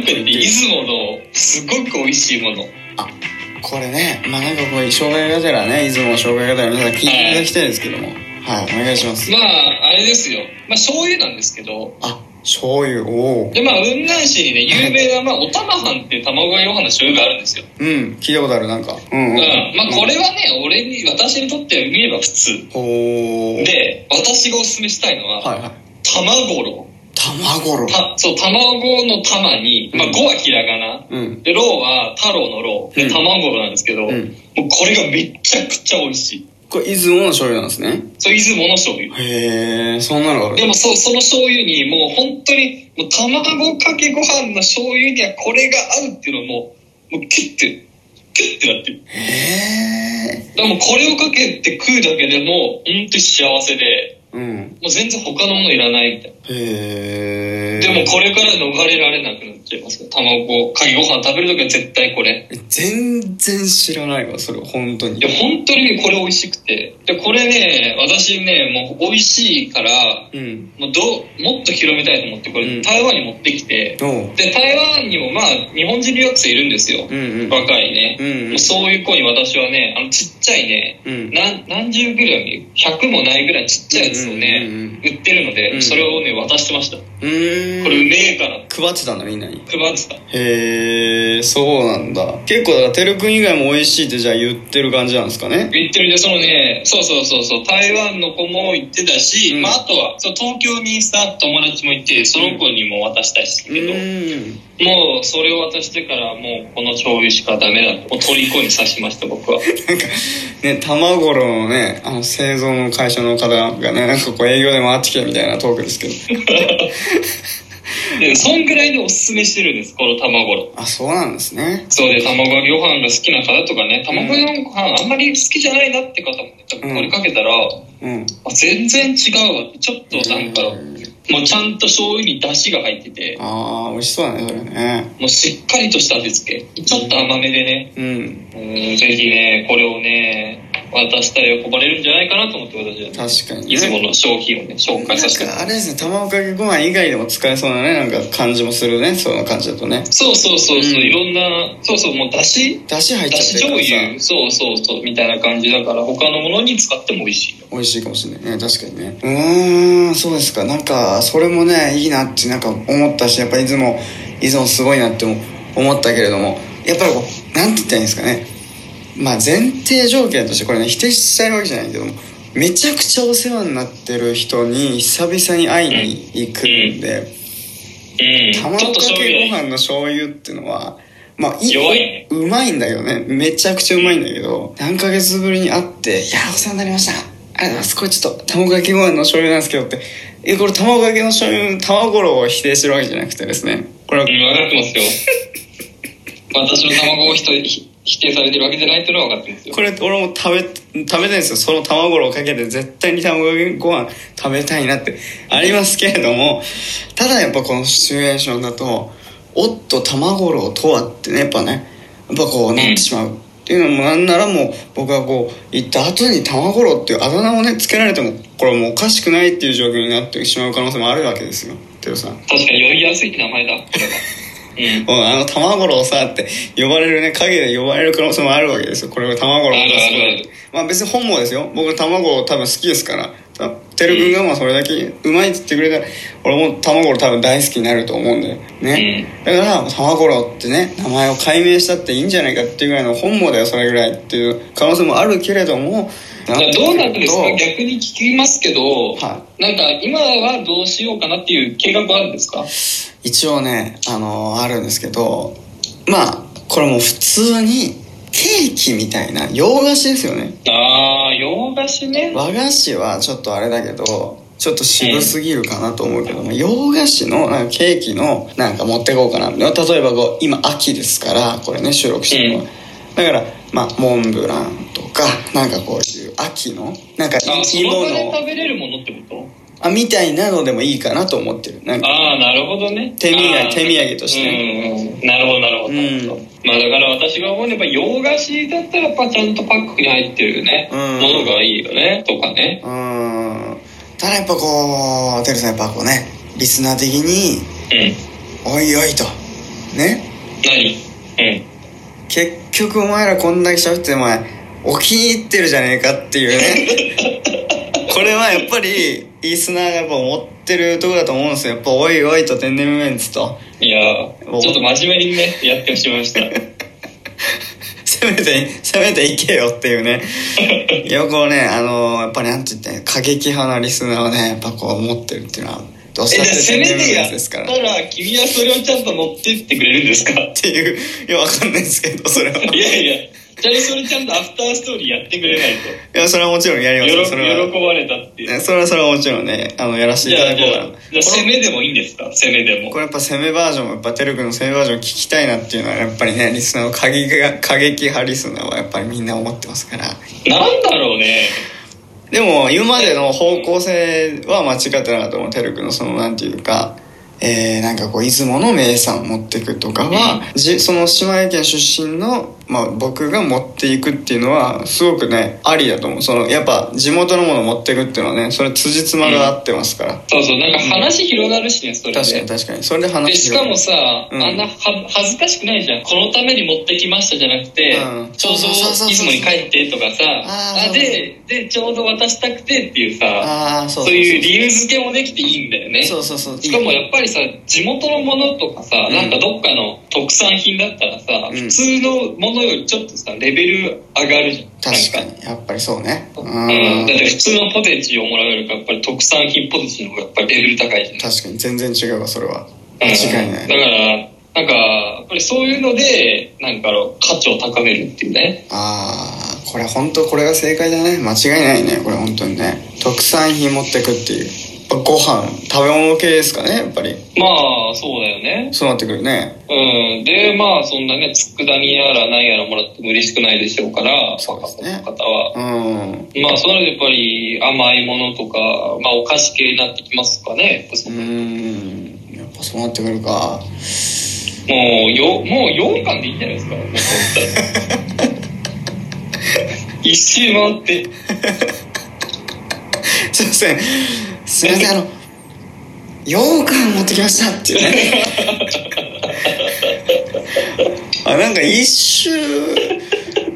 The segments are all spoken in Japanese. ってるね出雲のすごく美味しいものこれねまあなんかこう障害がてらね出雲の障害がてら皆さん聞いていただきたいんですけどもはいお願いしますまああれですよまあ醤油なんですけどあ醤油おおでまあ雲南市にね有名な、まあ、お玉飯っていう卵がような醤油があるんですよ、うん聞いたことあるなんかうんううんん、まあこれはね俺に私にとって見れば普通ほーで私がおすすめしたいのは、はいはい卵ろ卵ろたそう卵の玉に、まあ、うん5はひらがなうんでろうは太郎のろううでん卵ろなんですけど、うんもうこれがめちゃくちゃ美味しいこれ出雲の醤油なんですねそう出雲の醤油へえそんなのがあるでもそその醤油にもう本当にもう卵かけご飯の醤油にはこれが合うっていうのももうキュッてキュッてなってるへえだからもうこれをかけて食うだけでもう本当に幸せでうんもう全然他のものいらないみたいへえなでもこれから逃れられなくなっちゃいますから卵かけご飯食べるときは絶対これ全然知らないわそれ本当にいや本当にねこれ美味しくてでこれね私ねもう美味しいからうんもうどうもっと広めたいと思ってこうれん台湾に持ってきて、おうで台湾にもまあ日本人留学生いるんですよ、うんうん若いね、うんうんもうそういう子に私はねあのちっちゃいねうん何何十グラム100もないぐらいちっちゃいやつをね、うんうんうん売ってるので、うんそれをね渡してました、うーんこれうめえから配ってたんだみんなに配ってたへえそうなんだ結構だからてるくん以外も美味しいってじゃあ言ってる感じなんですかね言ってるでそのねそうそうそうそう台湾の子も行ってたし、うんまあ、あとはそう東京にさ友達もいてその子にも渡したいですうけど、ーんもうそれを渡してからもうこの醤油しかダメだともう虜にさしました僕はなんかね卵のねあの製造の会社の方がねなんかこう営業で回ってきたみたいなトークですけどでそんぐらいでおすすめしてるんですこの卵のあそうなんですねそうで卵ご飯が好きな方とかね卵ご飯あんまり好きじゃないなって方もね多分これかけたら、うんあ全然違うわちょっとなんか、もうちゃんと醤油に出汁が入っててああ美味しそうだねそれねもうしっかりとした味付けちょっと甘めでね、うんうんぜひねこれをね渡したら喜ばれるんじゃないかなと思って私はね確かに出雲ねの商品をね紹なん介させてかあれですね卵かけご飯以外でも使えそうなねなんか感じもするねその感じだとねそうそうそうそう、うんいろんなそうそうもうだしだし入っだしちゃって醤るからさ油そうそうそうみたいな感じだから他のものに使っても美味しいよ美味しいかもしれないね確かにねうーんそうですかなんかそれもねいいなってなんか思ったしやっぱ出雲出雲すごいなっても思ったけれどもやっぱりこうなんて言ったらいいんですかねまあ前提条件としてこれね否定しちゃうわけじゃないけどもめちゃくちゃお世話になってる人に久々に会いに行くんでうん卵ちょっかと醤けご油飯の醤油っていうのはまあいい弱いねうまいんだけどねめちゃくちゃうまいんだけど何ヶ月ぶりに会って「いやお世話になりましたありがとうございますこれちょっと卵かけご飯の醤油なんですけど」って「えこれ卵かけの醤油卵ろを否定してるわけじゃなくてですねこれはうん分かってますよ私の卵をひとひ否定されてるわけじゃないっていうのは分かってますよこれ俺も食べ食べたいんですよその卵ろをかけて絶対に卵かけご飯食べたいなってありますけれどもただやっぱこのシチュエーションだと「おっと卵ろうとは」ってねやっぱねやっぱこうなってしまう。っていうのもなんならもう僕はこう行った後に卵ろうっていうあだ名をねつけられてもこれはもうおかしくないっていう状況になってしまう可能性もあるわけですよテロさん確かに呼びやすい名前だこれはうんうんあの卵郎さって呼ばれるね影で呼ばれる可能性もあるわけですよこれが卵郎あるあるあるまあ別に本望ですよ僕卵多分好きですからたてるくんがまあそれだけうまいって言ってくれたら俺も卵郎多分大好きになると思うんだよね、だから卵郎ってね名前を改名したっていいんじゃないかっていうぐらいの本望だよそれぐらいっていう可能性もあるけれどもじゃあどうなんですかと逆に聞きますけど、はなんか今はどうしようかなっていう計画はあるんですか一応ねあのあるんですけどまあこれもう普通にケーキみたいな洋菓子ですよねああ洋菓子ね和菓子はちょっとあれだけどちょっと渋すぎるかなと思うけども洋菓子のなんかケーキのなんか持ってこうかな例えばこう今秋ですからこれね収録してるのはだからまあモンブランとかなんかこういう秋のなんかあそいいのも場で食のべれるものってこあみたいなのでもいいかなと思ってるなんとかああなるほどね手土あ産ー手土産としてねうんうんなるほどなるほど、うんまあだから私が思うのはやっぱ洋菓子だったらやっぱちゃんとパックに入ってるね、うんものがいいよねとかねうーんただやっぱこうてるさんやっぱこうねリスナー的にうん「おいおい」とね何うん。結局お前らこんだけ喋ってお前お気に入ってるじゃねえかっていうねこれはやっぱりリスナーがやっぱ思ってるところだと思うんですよやっぱ「おいおい」と「天然メンツ」と いやーおちょっと真面目にね、やってしまいま した。せめてせめていけよっていうねよくねあのやっぱりなんて言って過激派なリスナーをねやっぱこう思ってるっていうのはどうしえ、じゃたっあてせ天め然てメンやっツですたかららっ、君はそれをちゃんと持ってってくれるん ですかいていういやわかんないですけどそれはやいや、じゃあそれちゃんとアフターストーリーやってくれないいやそれはもちろんやりと。ますよろよそれは、喜ばれたっていう。ね、それはそれはもちろんねあのやらせてじいたゃあ、だじこゃうかあな、じゃあ攻めでもいいんですか攻めでもこ。れやっぱ攻めバージョンやっぱてるくんの攻めバージョン聞きたいなっていうのはやっぱりねリスナーの過激が過激派リスナーはやっぱりみんな思ってますからなんだろうね。でも今までの方向性は間違ってなかったと思うてるくんのそのなんていうかえー、なんかこう出雲の名産持ってくとかは、じその島根県出身の、まあ、僕が持っていくっていうのはすごくねありだと思うそのやっぱ地元のもの持ってくっていうのはねそれ辻褄が合ってますから、そうそう、なんか話広がるしね、それで。確かに確かにそれでで話しかもさ、うんあんなは恥ずかしくないじゃんこのために持ってきましたじゃなくて、うんちょうどそうそうそうそう出雲に帰ってとかさあーあででちょうど渡したくてっていうさああそそううそうそういう理由付けもできていいんだよねそうそうそうしかもやっぱりさ地元のものとかさ、うんなんかどっかの特産品だったらさ、うん普通のものよりちょっとさレベル上がるじゃん確かなんかにやっぱりそうねううん、だっんて普通のポテチをもらうよりかやっぱり特産品ポテチの方がやっぱりレベル高いじゃん確かに全然違うわそれはうん間違いなだいから、なんか、やっぱりそういうので、なんかの価値を高めるっていうね。ああこれ本当これが正解だね間違いないねこれ本当にね特産品持ってくっていうやっぱご飯食べ物系ですかねやっぱりまあ、そうだよね。そうなってくるねうん。で、まあ、そんなね、佃煮やら何やらもらっても嬉しくないでしょうから、そうですね若者の方は。うんまあ、それでやっぱり甘いものとか、まあ、お菓子系になってきますかね。やっぱそうのんやっぱそうなってくるかもう、よ、もう4巻でいいんじゃないですか。もう そういったら一周回って。すいませんすいませんあの羊羹持ってきましたっていうね あなんか一周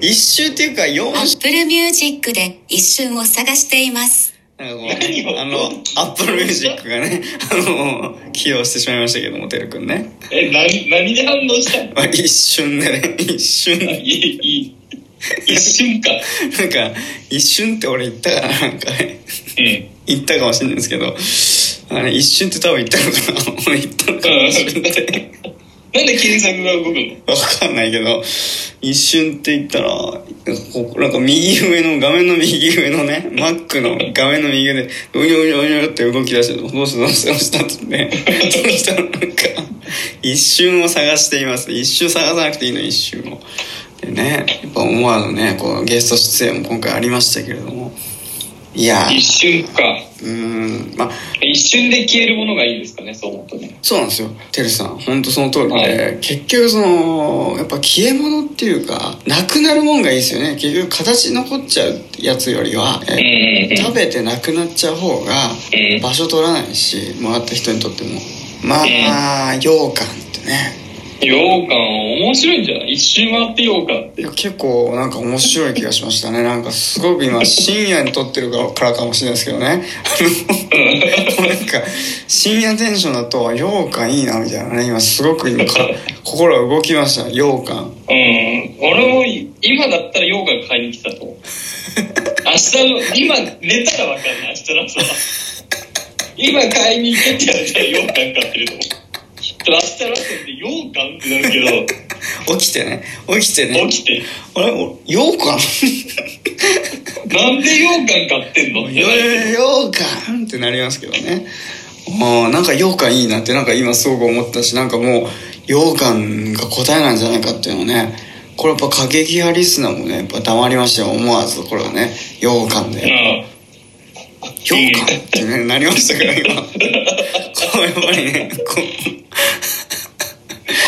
一周っていうか四アップルミュージックで一瞬を探しています。なんかこ何うをあのアップルミュージックがねあの起用してしまいましたけどもてるくんね、え、な、何で反応したのまあ、一瞬でね一瞬いい、いい。一瞬か。なんか一瞬って俺言ったからなんかねうん。うん。言ったかもしれないですけどあれ一瞬って多分言ったのかな 俺言ったのかもしれないなんで検索が動くのわかんないけど、一瞬って言ったら、ここなんか右上の、画面の右上のね、Mac の画面の右上で、うにょうにょうにょって動き出して、どうしたどうしたどうしたってね、その人なんか、一瞬を探しています。一瞬探さなくていいの、一瞬を。でね、やっぱ思わぬね、こうゲスト出演も今回ありましたけれども、いや、一瞬か。うーん、まあ、一瞬で消えるものがいいんですかね、そう思うとね。そうなんですよてるさん本当その通りで、は結局そのやっぱ消え物っていうかなくなるもんがいいですよね結局形残っちゃうやつよりは、うんえうん食べてなくなっちゃう方うがん場所取らないしもらった人にとってもまあ羊羹ってねうん。羊羹面白いんじゃない一周回って羊羹って。いや結構なんか面白い気がしましたねなんかすごく今深夜に撮ってるからからかもしれないですけどねあのなんか深夜テンションだと羊羹いいなみたいなね今すごく今か心が動きました羊羹うん。俺もい今だったら羊羹買いに来たと思 う。明日の、今寝たらわかんない、明日の朝は。今買いに行けってやったら羊羹買ってると思う。で明日の朝って羊羹ってなる起きてね起きてけど、ね起きて。あれお羊羹なんで羊羹買ってんのってなるけど羊羹ってなりますけどねあーなんか羊羹いいなってなんか今すごく思ったしなんかもう羊羹が答えなんじゃないかっていうのねこれやっぱ過激派リスナーもねやっぱ黙りましたよ思わずこれはね羊羹でうん羊羹って、ね、なりましたから今こうやっぱりねこ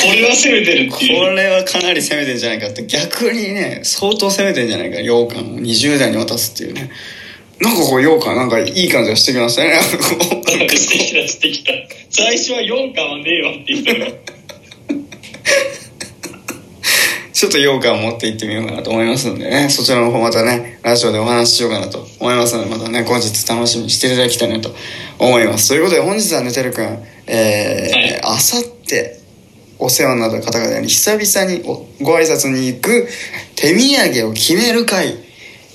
これは攻めてるっこて いう。れはかなり攻めてんじゃないかって逆にね相当攻めてんじゃないか羊羹を20代に渡すっていうねなんかこう羊羹なんかいい感じがしてきましたねなんかこうしてきた、してきた。最初は4巻はねえわって言ったの。ちょっと羊羹を持って行ってみようかなと思いますのでね、そちらの方またね、ラジオでお話ししようかなと思いますので、またね、後日楽しみにしていただきたいなと思います。ということで、本日はね、てるくん、えー、あさって、お世話になった方々に久々におご挨拶に行く手土産を決める会、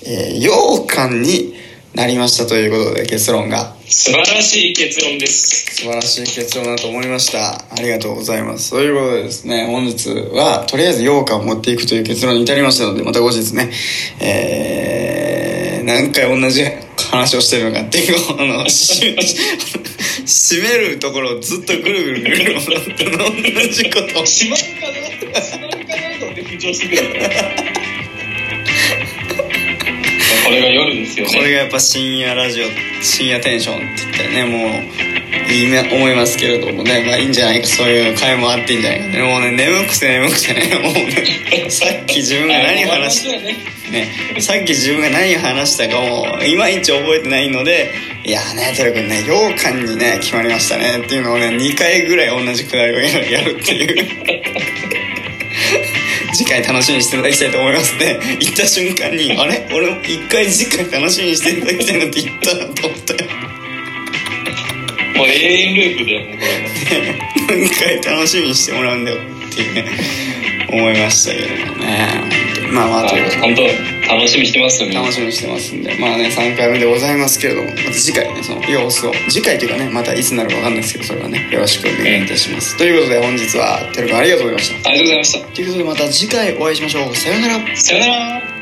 えー、羊羹になりましたということで、結論が。 素晴らしい結論です。素晴らしい結論だと思いましたありがとうございますそういうことでですね本日はとりあえず羊羹を持っていくという結論に至りましたのでまた後日ねえー、何回同じ話をしてるのかっていうあのし締めるところをずっとぐるぐるぐるぐる同じことを閉まるかな閉まるかなと思って浮上してくるんだよこれが夜ですよこれね。がやっぱ深夜ラジオ深夜テンションって言ったらねもういいな思いますけれどもねまあいいんじゃないかそういう会もあっていいんじゃないかねもうね眠くて眠くてねもうねさっき自分が何話しあのねねさっき自分が何話したかもいまいち覚えてないのでいやーねてるくんね羊羹にね決まりましたねっていうのをね2回ぐらい同じくだりをやるやるっていう 次回楽しみにしていただきたいと思いますね行った瞬間にあれ俺も1回次回楽しみにしていただきたいなって言ったなと思ってもう永遠ループだよ、もうこれは。何回楽しみにしてもらうんだよっていうね思いましたけどもね本当にまあまあということで本当楽しみにしてますよみんな楽しみにしてますんでまあね3回目でございますけれどもまた次回ねその様子を次回というかねまたいつなるか分かんないですけどそれはねよろしくお願いいたします、ということで本日はてるくんありがとうございましたありがとうございましということでまた次回お会いしましょうさようならたさよなら